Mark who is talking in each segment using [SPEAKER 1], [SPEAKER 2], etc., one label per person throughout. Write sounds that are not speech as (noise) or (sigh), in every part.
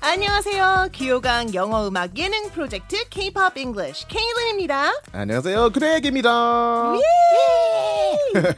[SPEAKER 1] 안녕하세요. 귀요강 영어 음악 예능 프로젝트 K-pop English 케이른입니다.
[SPEAKER 2] 안녕하세요. 그레이입니다.
[SPEAKER 1] 예!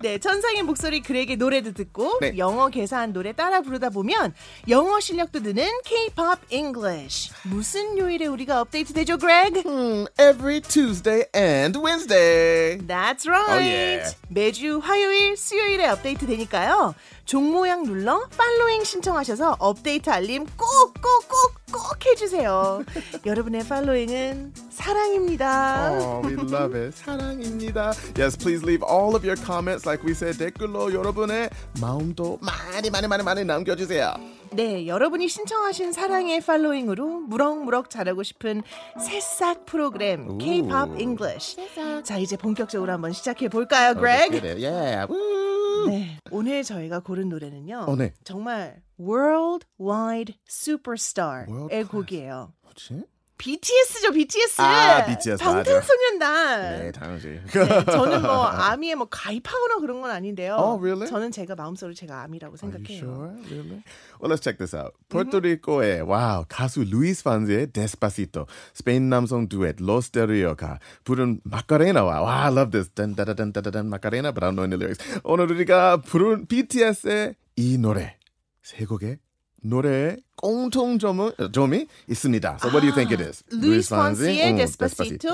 [SPEAKER 1] 네, 천상의 목소리 그에게 노래도 듣고
[SPEAKER 2] 네.
[SPEAKER 1] 영어 개사한 노래 따라 부르다 보면 영어 실력도 느는 K-pop English. 무슨 요일에 우리가 업데이트 되죠, Greg?
[SPEAKER 2] 음, every Tuesday and Wednesday.
[SPEAKER 1] That's right.
[SPEAKER 2] Oh, yeah.
[SPEAKER 1] 매주 화요일, 수요일에 업데이트 되니까요. 종모양 눌러 팔로잉 신청하셔서 업데이트 알림 꼭 꼭 꼭 꼭
[SPEAKER 2] (laughs)
[SPEAKER 1] 해주세요. 여러분의 팔로잉은 사랑입니다.
[SPEAKER 2] Oh, we love it. 사랑입니다. Yes, please leave all of your comments. Like we said, 댓글로 여러분의 마음도 많이 많이 많이 많이 남겨주세요.
[SPEAKER 1] 네, 여러분이 신청하신 사랑의 팔로잉으로 무럭무럭 자라고 싶은 새싹 프로그램 K-pop English. 자, 이제 본격적으로 한번 시작해 볼까요,
[SPEAKER 2] Let's
[SPEAKER 1] Greg?
[SPEAKER 2] get it. Yeah. Woo.
[SPEAKER 1] 네, 오늘 저희가 고른 노래는요.
[SPEAKER 2] 어, 네.
[SPEAKER 1] 정말 World Wide Superstar의
[SPEAKER 2] World
[SPEAKER 1] 곡이에요.
[SPEAKER 2] 뭐지?
[SPEAKER 1] BTS죠, BTS.
[SPEAKER 2] 아, BTS, 맞아.
[SPEAKER 1] 방탄소년단.
[SPEAKER 2] 네, 당연히.
[SPEAKER 1] 네, 저는 뭐 아미에 뭐 가입하거나 그런 건 아닌데요.
[SPEAKER 2] Oh, really?
[SPEAKER 1] 저는 제가 마음속으로 제가 아미라고
[SPEAKER 2] Are you
[SPEAKER 1] 생각해요.
[SPEAKER 2] sure? Really? Well, let's check this out.
[SPEAKER 1] 음.
[SPEAKER 2] 포르토리코의 와우 가수 루이스 판즈의 Despacito, 스페인 남성 듀엣 Los de Rio가 부른 마카레나와 와 I love this 딴따다단따다단 마카레나 but I don't know any lyrics. 오늘 우리가 부른 BTS의 이 노래 세 곡의 노래의 공통점은 어, 점이 있습니다. So what do you think it is?
[SPEAKER 1] 아,
[SPEAKER 2] 어,
[SPEAKER 1] 루이스
[SPEAKER 2] 응,
[SPEAKER 1] 폰스의
[SPEAKER 2] 응.
[SPEAKER 1] 데스파시토,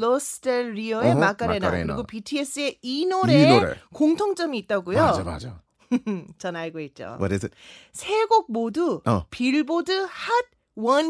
[SPEAKER 1] 로스델리오의
[SPEAKER 2] 어허,
[SPEAKER 1] 마카레나
[SPEAKER 2] 마카레나.
[SPEAKER 1] 그리고 BTS의 이
[SPEAKER 2] 이
[SPEAKER 1] 노래에
[SPEAKER 2] 노래.
[SPEAKER 1] 공통점이 있다고요.
[SPEAKER 2] 맞아 맞아.
[SPEAKER 1] 전 알고 있죠.
[SPEAKER 2] What is it?
[SPEAKER 1] 세 곡 모두
[SPEAKER 2] 어.
[SPEAKER 1] 빌보드 핫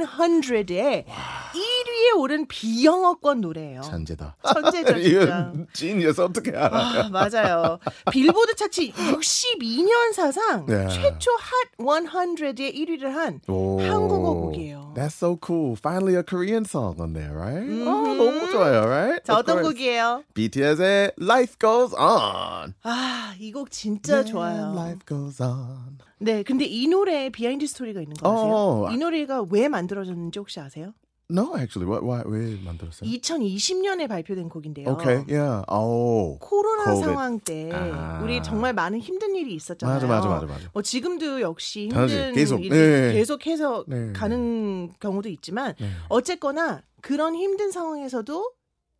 [SPEAKER 1] 100에 1위에 오른 비영어권 노래예요.
[SPEAKER 2] 잔재다.
[SPEAKER 1] 천재죠 진짜.
[SPEAKER 2] (laughs) 이거 지니어스 어떻게 알아?
[SPEAKER 1] 아, 맞아요. 빌보드 차트 62년 사상
[SPEAKER 2] 야.
[SPEAKER 1] 최초 핫 100에 1위를 한
[SPEAKER 2] 오,
[SPEAKER 1] 한국어 곡이에요.
[SPEAKER 2] That's so cool. Finally a Korean song on there, right? 아, 너무 좋아요, right?
[SPEAKER 1] 자,
[SPEAKER 2] Of
[SPEAKER 1] 어떤
[SPEAKER 2] course.
[SPEAKER 1] 음. 곡이에요?
[SPEAKER 2] BTS의 Life Goes On.
[SPEAKER 1] 아, 이 곡
[SPEAKER 2] 네,
[SPEAKER 1] 진짜 좋아요.
[SPEAKER 2] Yeah, Life Goes On.
[SPEAKER 1] 네, 근데 이 노래에 비하인드 스토리가 있는 거 아세요?
[SPEAKER 2] 어.
[SPEAKER 1] 이 노래가 왜 만들어졌는지 혹시 아세요?
[SPEAKER 2] No, actually, what, why, 왜 만들었어요?
[SPEAKER 1] 2020년에 발표된 곡인데요.
[SPEAKER 2] Okay, yeah. Oh,
[SPEAKER 1] 코로나
[SPEAKER 2] COVID.
[SPEAKER 1] 상황 때
[SPEAKER 2] 아.
[SPEAKER 1] 우리 정말 많은 힘든 일이 있었잖아요.
[SPEAKER 2] 맞아, 맞아, 맞아, 맞아.
[SPEAKER 1] 뭐 지금도 역시
[SPEAKER 2] 당연히
[SPEAKER 1] 힘든
[SPEAKER 2] 계속,
[SPEAKER 1] 일이
[SPEAKER 2] 네.
[SPEAKER 1] 계속해서
[SPEAKER 2] 네.
[SPEAKER 1] 가는 경우도 있지만
[SPEAKER 2] 네.
[SPEAKER 1] 어쨌거나 그런 힘든 상황에서도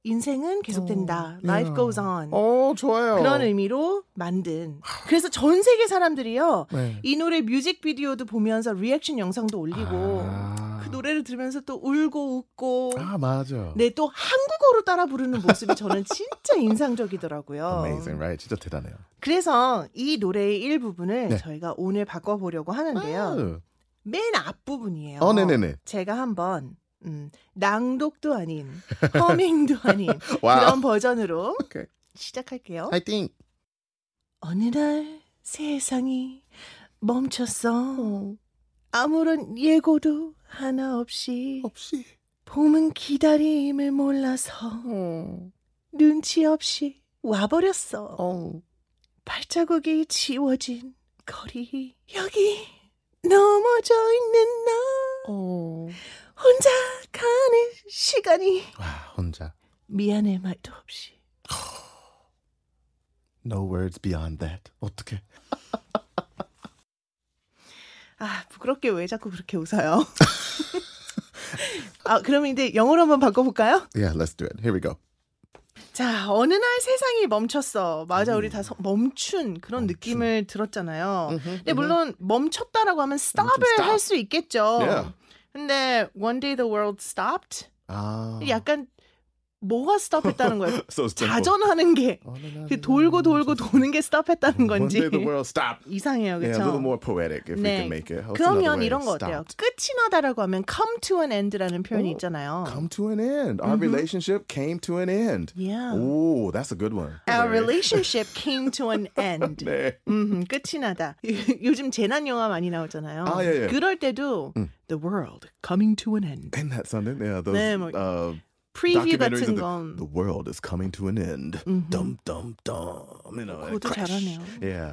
[SPEAKER 1] 인생은 계속된다.
[SPEAKER 2] 어,
[SPEAKER 1] Life
[SPEAKER 2] yeah.
[SPEAKER 1] goes on.
[SPEAKER 2] 어, 좋아요.
[SPEAKER 1] 그런 의미로 만든. 그래서 전 세계 사람들이요.
[SPEAKER 2] 네.
[SPEAKER 1] 이 노래 뮤직비디오도 보면서 리액션 영상도 올리고
[SPEAKER 2] 아.
[SPEAKER 1] 그 노래를 들으면서 또 울고 웃고
[SPEAKER 2] 아, 맞아.
[SPEAKER 1] 네 또 한국어로 따라 부르는 모습이 저는 진짜 인상적이더라고요.
[SPEAKER 2] Amazing, right? 진짜 대단해요.
[SPEAKER 1] 그래서 이 노래의 일부분을
[SPEAKER 2] 네. 아.
[SPEAKER 1] 저희가 오늘 바꿔보려고 하는데요. 맨 앞부분이에요.
[SPEAKER 2] 어, 네네네.
[SPEAKER 1] 제가 한번 음, 낭독도 아닌
[SPEAKER 2] (laughs)
[SPEAKER 1] 허밍도 아닌 그런 (laughs)
[SPEAKER 2] 와우.
[SPEAKER 1] 버전으로
[SPEAKER 2] 오케이.
[SPEAKER 1] 시작할게요.
[SPEAKER 2] I think.
[SPEAKER 1] 어느 날 세상이 멈췄어. 아무런 예고도 하나 없이
[SPEAKER 2] 없이.
[SPEAKER 1] 봄은 기다림을 몰라서
[SPEAKER 2] 어.
[SPEAKER 1] 눈치 없이 와버렸어.
[SPEAKER 2] 어.
[SPEAKER 1] 발자국이 지워진 거리 여기 넘어져 있는 나
[SPEAKER 2] 어.
[SPEAKER 1] 혼자 가는 시간이
[SPEAKER 2] 와, 혼자.
[SPEAKER 1] 미안해 말도 없이
[SPEAKER 2] No words beyond that. 어떻게?
[SPEAKER 1] 아 부끄럽게 왜 자꾸 그렇게 웃어요? (laughs) 아 그럼 이제 영어로 한번 바꿔볼까요?
[SPEAKER 2] Yeah, let's do it. Here we go.
[SPEAKER 1] 자, 어느 날 세상이 멈췄어. 맞아,
[SPEAKER 2] 음.
[SPEAKER 1] 우리 다 서- 멈춘 그런 느낌을 들었잖아요. 근데 물론 멈췄다라고 하면 stop을
[SPEAKER 2] stop.
[SPEAKER 1] 할 수 있겠죠.
[SPEAKER 2] Yeah.
[SPEAKER 1] 근데 one day the world stopped.
[SPEAKER 2] 아.
[SPEAKER 1] 약간 뭐가 stop했다는
[SPEAKER 2] (laughs)
[SPEAKER 1] 거예요?
[SPEAKER 2] So simple.
[SPEAKER 1] 자전하는 게. 그 돌고 돌고 도는 게 stop했다는
[SPEAKER 2] 어. One
[SPEAKER 1] 건지
[SPEAKER 2] day the world stopped.
[SPEAKER 1] (laughs) 이상해요,
[SPEAKER 2] Yeah, a little
[SPEAKER 1] 그렇죠?
[SPEAKER 2] more poetic if we can make it. How's another
[SPEAKER 1] 그러면
[SPEAKER 2] way?
[SPEAKER 1] 이런 거 어때요?
[SPEAKER 2] Stopped.
[SPEAKER 1] 끝이 나다라고 하면 come to an end라는 표현이
[SPEAKER 2] 어,
[SPEAKER 1] 있잖아요.
[SPEAKER 2] Come to an end. Our relationship came to an end.
[SPEAKER 1] Mm-hmm. Yeah.
[SPEAKER 2] Oh, that's a good one.
[SPEAKER 1] Our relationship came to
[SPEAKER 2] (laughs)
[SPEAKER 1] an end.
[SPEAKER 2] 네.
[SPEAKER 1] 음, 끝이 나다. 요즘 재난 영화 많이 나오잖아요.
[SPEAKER 2] 아, 예, 음. 예.
[SPEAKER 1] 그럴 때도 The World Coming to an End.
[SPEAKER 2] And that's something. Yeah, those
[SPEAKER 1] 네, 뭐-
[SPEAKER 2] uh,
[SPEAKER 1] 프리뷰 같은
[SPEAKER 2] documentaries of the,
[SPEAKER 1] 건 Mm-hmm.
[SPEAKER 2] the world is coming to an end. Dum dum dum. You know,
[SPEAKER 1] 그것도
[SPEAKER 2] crash.
[SPEAKER 1] 잘하네요.
[SPEAKER 2] Yeah,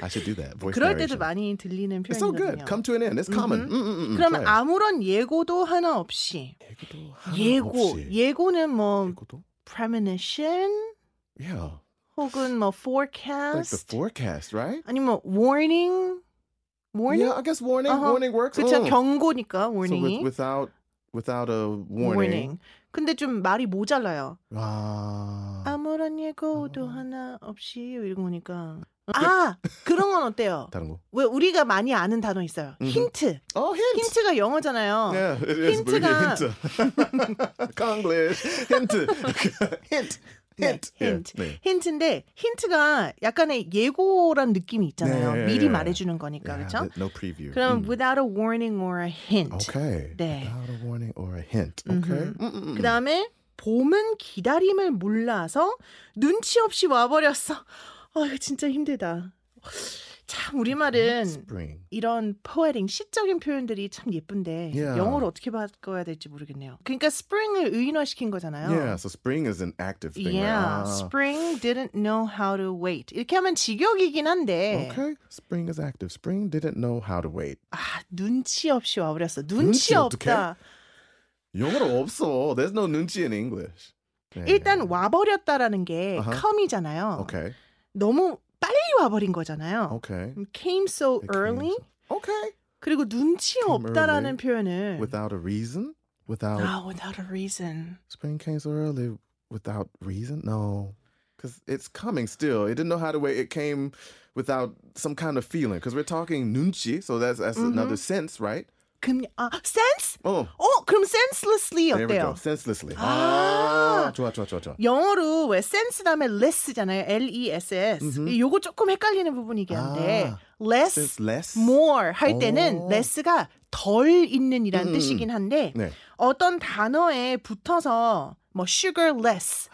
[SPEAKER 2] I should do that. Voice
[SPEAKER 1] 그럴 때도
[SPEAKER 2] narration.
[SPEAKER 1] 많이 들리는
[SPEAKER 2] It's so
[SPEAKER 1] 표현이거든요.
[SPEAKER 2] good.
[SPEAKER 1] Mm-hmm.
[SPEAKER 2] Come to an end. It's common. Mm, mm, mm.
[SPEAKER 1] 그럼
[SPEAKER 2] 좋아요.
[SPEAKER 1] 아무런 예고도 하나 없이
[SPEAKER 2] 예고도 하나
[SPEAKER 1] 예고
[SPEAKER 2] 없이.
[SPEAKER 1] 예고는 뭐
[SPEAKER 2] 예고도?
[SPEAKER 1] premonition
[SPEAKER 2] Yeah.
[SPEAKER 1] 혹은 뭐
[SPEAKER 2] Like the
[SPEAKER 1] forecast
[SPEAKER 2] forecast, right?
[SPEAKER 1] 아니면 warning warning.
[SPEAKER 2] Yeah, I guess warning.
[SPEAKER 1] Uh-huh.
[SPEAKER 2] Warning works.
[SPEAKER 1] 그쵸
[SPEAKER 2] 응.
[SPEAKER 1] 경고니까
[SPEAKER 2] so with,
[SPEAKER 1] warning이
[SPEAKER 2] without without a warning.
[SPEAKER 1] warning. 근데 좀 말이 모자라요.
[SPEAKER 2] 아.
[SPEAKER 1] 아무런 예고도 하나 없이 이런 거니까. 아 그런 건 어때요?
[SPEAKER 2] 다른 거.
[SPEAKER 1] 왜 우리가 많이 아는 단어 있어요.
[SPEAKER 2] 음흠.
[SPEAKER 1] 힌트. 네.
[SPEAKER 2] Oh, hint.
[SPEAKER 1] 힌트가 영어잖아요.
[SPEAKER 2] Yeah, it is. but we get (laughs)
[SPEAKER 1] 힌트가-
[SPEAKER 2] hint. Konglish. Hint. (laughs) hint. Hint.
[SPEAKER 1] 네,
[SPEAKER 2] Yeah,
[SPEAKER 1] 힌트.
[SPEAKER 2] 네.
[SPEAKER 1] 힌트인데 힌트가 약간의 예고란 예. 느낌이 있잖아요.
[SPEAKER 2] 네,
[SPEAKER 1] 미리
[SPEAKER 2] 네.
[SPEAKER 1] 말해주는 거니까 그렇죠?
[SPEAKER 2] Yeah, th- no preview.
[SPEAKER 1] 그럼
[SPEAKER 2] 음.
[SPEAKER 1] without a warning or a hint.
[SPEAKER 2] Okay.
[SPEAKER 1] 네.
[SPEAKER 2] Without a warning or a hint.
[SPEAKER 1] 음흠.
[SPEAKER 2] Okay. Mm-mm-mm.
[SPEAKER 1] 그다음에 봄은 기다림을 몰라서 눈치 없이 와버렸어. 아 이거 진짜 힘들다. 참 우리말은
[SPEAKER 2] Spring.
[SPEAKER 1] 이런 포에링 시적인 표현들이 참 예쁜데
[SPEAKER 2] Yeah.
[SPEAKER 1] 영어로 어떻게 바꿔야 될지 모르겠네요. 그러니까 spring을 의인화시킨 거잖아요.
[SPEAKER 2] Yeah, so spring is an active thing. right?
[SPEAKER 1] Yeah,
[SPEAKER 2] Ah.
[SPEAKER 1] spring didn't know how to wait. 이렇게 하면 직역이긴 한데
[SPEAKER 2] Okay, spring is active. Spring didn't know how to wait.
[SPEAKER 1] 아 눈치 없이 와버렸어. 눈치
[SPEAKER 2] 눈치 어떡해?
[SPEAKER 1] 없다.
[SPEAKER 2] 영어로 없어. There's no nunchi in English. 네.
[SPEAKER 1] 일단 와버렸다라는 게
[SPEAKER 2] 아하.
[SPEAKER 1] come이잖아요.
[SPEAKER 2] Okay.
[SPEAKER 1] 너무 빨리 와버린 거잖아요. 음,
[SPEAKER 2] Okay.
[SPEAKER 1] Came so
[SPEAKER 2] It came
[SPEAKER 1] early.
[SPEAKER 2] so- Okay.
[SPEAKER 1] 그리고 눈치
[SPEAKER 2] Came
[SPEAKER 1] 없다라는
[SPEAKER 2] early.
[SPEAKER 1] 표현을
[SPEAKER 2] Without a reason. Without
[SPEAKER 1] 아, without a reason.
[SPEAKER 2] spring came so early. Without reason. No, because it's coming still. It didn't know how to wait. It came without some kind of feeling. Because we're talking nunchi, so that's that's
[SPEAKER 1] Mm-hmm.
[SPEAKER 2] another sense, right?
[SPEAKER 1] 금 아, sense?
[SPEAKER 2] Oh,
[SPEAKER 1] 어, 그럼 senselessly
[SPEAKER 2] there we go.
[SPEAKER 1] 어때요?
[SPEAKER 2] Senselessly.
[SPEAKER 1] Ah.
[SPEAKER 2] 좋아, 좋아, 좋아, 좋아.
[SPEAKER 1] 영어로 왜 sense 다음에 less잖아요. L E S S.
[SPEAKER 2] 음흠.
[SPEAKER 1] 요거 조금 헷갈리는 부분이긴 한데
[SPEAKER 2] 아,
[SPEAKER 1] less
[SPEAKER 2] Senseless.
[SPEAKER 1] more 할 때는
[SPEAKER 2] 오.
[SPEAKER 1] less가 덜 있는이라는
[SPEAKER 2] 음, 음,
[SPEAKER 1] 뜻이긴 한데
[SPEAKER 2] 네.
[SPEAKER 1] 어떤 단어에 붙어서 뭐 sugarless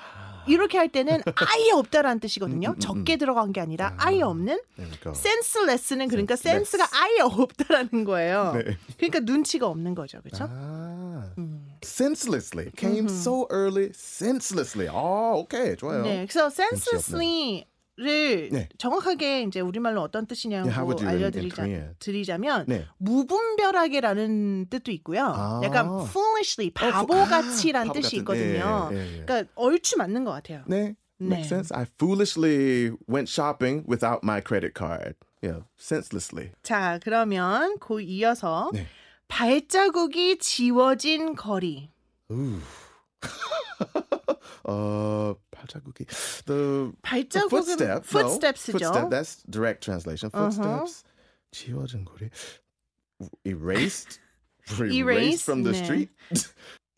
[SPEAKER 1] 이렇게 할
[SPEAKER 2] (laughs)
[SPEAKER 1] 때는 아예 없다라는 뜻이거든요.
[SPEAKER 2] 아. 음, 음, 음.
[SPEAKER 1] 적게 들어간 게 아니라
[SPEAKER 2] 아.
[SPEAKER 1] 아예 없는
[SPEAKER 2] There we go.
[SPEAKER 1] senseless는 그러니까
[SPEAKER 2] Senseless.
[SPEAKER 1] 센스가 아예 없다라는 거예요.
[SPEAKER 2] 네.
[SPEAKER 1] 그러니까 눈치가 없는 거죠. 그렇죠?
[SPEAKER 2] Ah.
[SPEAKER 1] 음.
[SPEAKER 2] senselessly came so early senselessly oh okay 좋아요
[SPEAKER 1] 네. 그래서
[SPEAKER 2] 눈치
[SPEAKER 1] senselessly를
[SPEAKER 2] 네.
[SPEAKER 1] 정확하게 이제 우리말로 어떤 뜻이냐고
[SPEAKER 2] Yeah, how would you in- in Korean?
[SPEAKER 1] 알려드리자면
[SPEAKER 2] 네.
[SPEAKER 1] 무분별하게라는 뜻도 있고요.
[SPEAKER 2] 아.
[SPEAKER 1] 약간 foolishly
[SPEAKER 2] 어, fu-
[SPEAKER 1] 바보같이란
[SPEAKER 2] 아,
[SPEAKER 1] 뜻이
[SPEAKER 2] 바보 같은-
[SPEAKER 1] 있거든요.
[SPEAKER 2] 예, 예, 예.
[SPEAKER 1] 그러니까 얼추 맞는 것 같아요.
[SPEAKER 2] 네
[SPEAKER 1] 네.
[SPEAKER 2] makes sense I foolishly went shopping without my credit card yeah senselessly
[SPEAKER 1] 자, 그러면 그 이어서
[SPEAKER 2] 네.
[SPEAKER 1] 발자국이 지워진 거리.
[SPEAKER 2] ooh (laughs) uh 발자국이 the the
[SPEAKER 1] 발자국은
[SPEAKER 2] footstep no.
[SPEAKER 1] footsteps죠.
[SPEAKER 2] footstep that's direct translation footsteps 지워진 거리 (laughs) erased erased from the
[SPEAKER 1] 네.
[SPEAKER 2] street (laughs)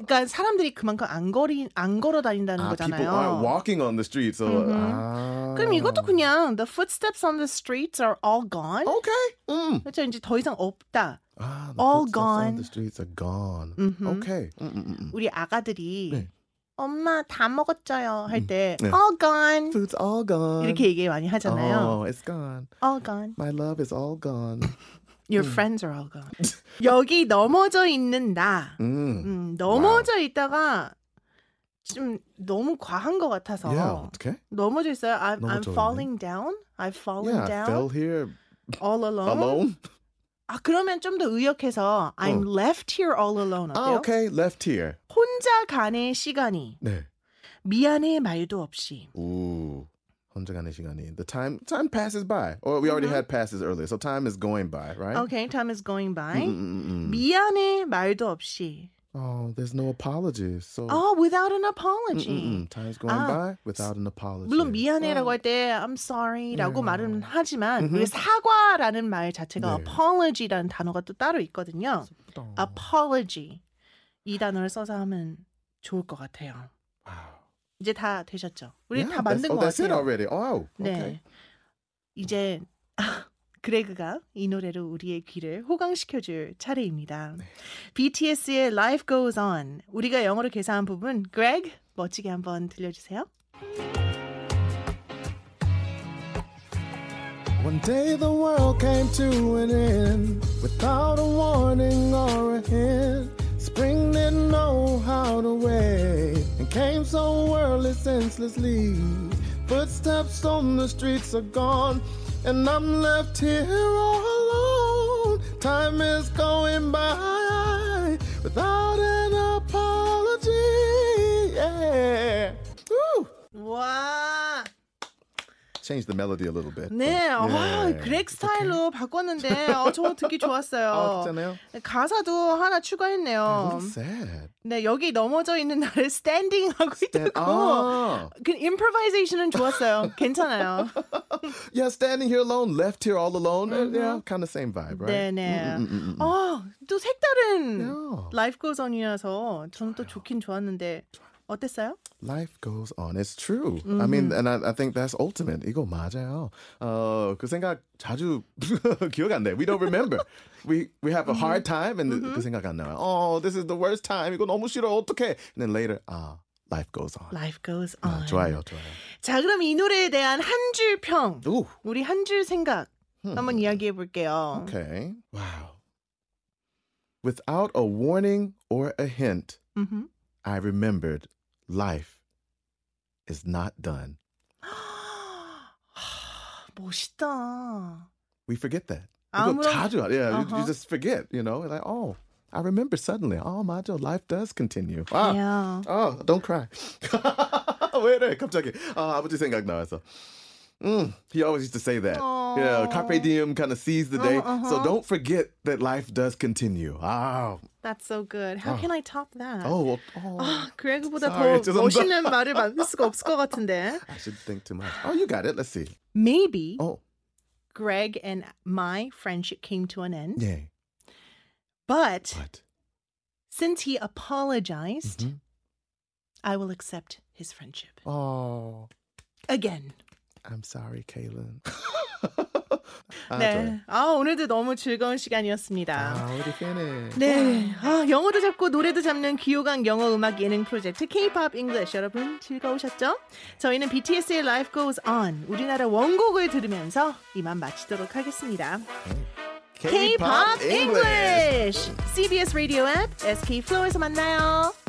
[SPEAKER 1] 그러니까 사람들이 그만큼 안 거리 안 걸어 다닌다는
[SPEAKER 2] Ah, people aren't
[SPEAKER 1] 거잖아요.
[SPEAKER 2] walking on the street so
[SPEAKER 1] Mhm.
[SPEAKER 2] ah.
[SPEAKER 1] 그럼 이것도 그냥 the footsteps on the streets are all gone.
[SPEAKER 2] Okay. Mm.
[SPEAKER 1] 그렇죠. 이제 더 이상 없다.
[SPEAKER 2] Ah,
[SPEAKER 1] All
[SPEAKER 2] footsteps on
[SPEAKER 1] gone.
[SPEAKER 2] The streets are gone.
[SPEAKER 1] 음흠.
[SPEAKER 2] Okay. Mm-mm-mm.
[SPEAKER 1] 우리 아가들이
[SPEAKER 2] 네.
[SPEAKER 1] 엄마 다 먹었죠요 할 때
[SPEAKER 2] 네.
[SPEAKER 1] all gone
[SPEAKER 2] Food's all gone.
[SPEAKER 1] 이렇게 얘기 많이 하잖아요.
[SPEAKER 2] Oh, it's gone.
[SPEAKER 1] all gone.
[SPEAKER 2] My love is
[SPEAKER 1] (laughs)
[SPEAKER 2] all gone.
[SPEAKER 1] Your
[SPEAKER 2] 음.
[SPEAKER 1] friends are all gone.
[SPEAKER 2] (laughs)
[SPEAKER 1] 여기 넘어져 있는 나.
[SPEAKER 2] Mm.
[SPEAKER 1] 음, 넘어져 있다가 좀 너무 과한 것 같아서
[SPEAKER 2] Yeah. Okay.
[SPEAKER 1] 넘어져 있어요. I'm, I'm
[SPEAKER 2] 넘어져 있네.
[SPEAKER 1] falling down. I've fallen
[SPEAKER 2] Yeah, I
[SPEAKER 1] down
[SPEAKER 2] fell here
[SPEAKER 1] all alone.
[SPEAKER 2] alone. 어.
[SPEAKER 1] 아 그러면 좀 더 의역해서 I'm left here all alone
[SPEAKER 2] Ah,
[SPEAKER 1] 어때요?
[SPEAKER 2] okay. Left here.
[SPEAKER 1] 혼자 가네 시간이
[SPEAKER 2] 네.
[SPEAKER 1] 미안해 말도 없이
[SPEAKER 2] Ooh. 혼자 가는 시간이. The time time passes by. Or we already had passes earlier, so time is going by, right?
[SPEAKER 1] Okay, Oh, time is going by.
[SPEAKER 2] Mm-mm-mm.
[SPEAKER 1] 미안해 말도 없이.
[SPEAKER 2] Oh, there's no apologies. So
[SPEAKER 1] Oh, without an apology.
[SPEAKER 2] Mm-mm-mm. time's going
[SPEAKER 1] Ah.
[SPEAKER 2] by without an apology.
[SPEAKER 1] 물론 미안해라고 할 때 I'm sorry라고
[SPEAKER 2] 네.
[SPEAKER 1] 말은 하지만
[SPEAKER 2] 어. 음흠.
[SPEAKER 1] 우리 사과라는 말 자체가
[SPEAKER 2] 네.
[SPEAKER 1] apology라는 단어가 또 따로 있거든요.
[SPEAKER 2] Oh.
[SPEAKER 1] apology 이 단어를 써서 하면 좋을 것 같아요.
[SPEAKER 2] Wow.
[SPEAKER 1] 이제 다 되셨죠? 우리
[SPEAKER 2] Yeah,
[SPEAKER 1] 다 만든 것
[SPEAKER 2] that's- oh, that's it
[SPEAKER 1] 같아요.
[SPEAKER 2] already. Oh,
[SPEAKER 1] 네.
[SPEAKER 2] okay.
[SPEAKER 1] 이제 (laughs) 그레그가 이 노래로 우리의 귀를 호강시켜줄 차례입니다. BTS의 Life Goes On. 우리가 영어로 계산한 부분, 그레그 멋지게 한번 들려주세요.
[SPEAKER 2] One day the world came to an end without a warning or a hint. Spring didn't know how to wait and came so early, senselessly. Footsteps on the streets are gone, and I'm left here all alone. Time is going by without an apology. Yeah. Woo.
[SPEAKER 1] 와!
[SPEAKER 2] Change the melody a little bit. but-
[SPEAKER 1] 네, 와,
[SPEAKER 2] 예.
[SPEAKER 1] 그렉 스타일로 바꿨는데 어, 저 듣기 좋았어요. 네,
[SPEAKER 2] 아, 괜찮아요?
[SPEAKER 1] 가사도 하나 추가했네요.
[SPEAKER 2] That's sad.
[SPEAKER 1] 네, 여기 넘어져 있는 나를 스탠딩 하고
[SPEAKER 2] Stand-
[SPEAKER 1] 있다고.
[SPEAKER 2] (laughs) 아.
[SPEAKER 1] 그 improvisation은 좋았어요. 괜찮아요.
[SPEAKER 2] Yeah, standing here alone, left here all alone. uh, Yeah, kind of same vibe, right? 음,
[SPEAKER 1] 네, 네. 아, 또 색다른
[SPEAKER 2] Yeah.
[SPEAKER 1] 라이프 고전이라서 저는 또 좋긴 좋았는데 어땠어요?
[SPEAKER 2] Life goes on. It's true. I mean, and I, I think that's ultimate. 이거 맞아요. 어, 그 생각 자주 (laughs) 기억 안 나. We don't remember. we we have a hard time and 그 생각 안 나요. Oh, this is the worst time. 이거 너무 싫어. 어떡해. And then later, ah, life goes on.
[SPEAKER 1] Life goes
[SPEAKER 2] 아,
[SPEAKER 1] on.
[SPEAKER 2] 좋아요, 좋아요.
[SPEAKER 1] 자, 그럼 이 노래에 대한 한 줄 평.
[SPEAKER 2] Ooh,
[SPEAKER 1] 우리 한 줄 생각
[SPEAKER 2] 음,
[SPEAKER 1] 한번 이야기해 볼게요.
[SPEAKER 2] okay. Wow. Without a warning or a hint,
[SPEAKER 1] 음흠.
[SPEAKER 2] I remembered life is not done.
[SPEAKER 1] 하, 멋있다.
[SPEAKER 2] We forget that.
[SPEAKER 1] 아무런-
[SPEAKER 2] 이거 자주, yeah, you-
[SPEAKER 1] Uh-huh.
[SPEAKER 2] you just forget, you know, like, oh, I remember suddenly. Oh, 맞아, life does continue. Ah,
[SPEAKER 1] 야.
[SPEAKER 2] oh, don't cry. (laughs) 왜 이래, 갑자기. 아, 아버지 생각 나와서. Mm, he always used to say that. Yeah, carpe diem kind of seize the day. So don't forget that life does continue. Oh,
[SPEAKER 1] That's so good. How can I top that?
[SPEAKER 2] oh, oh.
[SPEAKER 1] 아, 그레그보다
[SPEAKER 2] 아. Sorry,
[SPEAKER 1] 더
[SPEAKER 2] 죄송합니다.
[SPEAKER 1] 멋있는 말을 만들 수가 없을 것 같은데.
[SPEAKER 2] I should think too much. Oh, you got it. Let's see.
[SPEAKER 1] Maybe
[SPEAKER 2] Oh,
[SPEAKER 1] Greg and my friendship came to an end,
[SPEAKER 2] yeah.
[SPEAKER 1] but
[SPEAKER 2] What?
[SPEAKER 1] since he apologized,
[SPEAKER 2] Mhm.
[SPEAKER 1] I will accept his friendship
[SPEAKER 2] Oh.
[SPEAKER 1] again.
[SPEAKER 2] I'm sorry, Kaylin.
[SPEAKER 1] 네. 아, 오늘도 너무 즐거운 시간이었습니다.
[SPEAKER 2] already finished.
[SPEAKER 1] 네. 아, 영어도 잡고 노래도 잡는 귀요강 영어 음악 예능 프로젝트 K-pop English 여러분 즐거우셨죠? 저희는 BTS의 Life Goes On 우리나라 원곡을 들으면서 이만 마치도록 하겠습니다. K-pop English CBS 라디오 앱 SK 플로에서 만나요.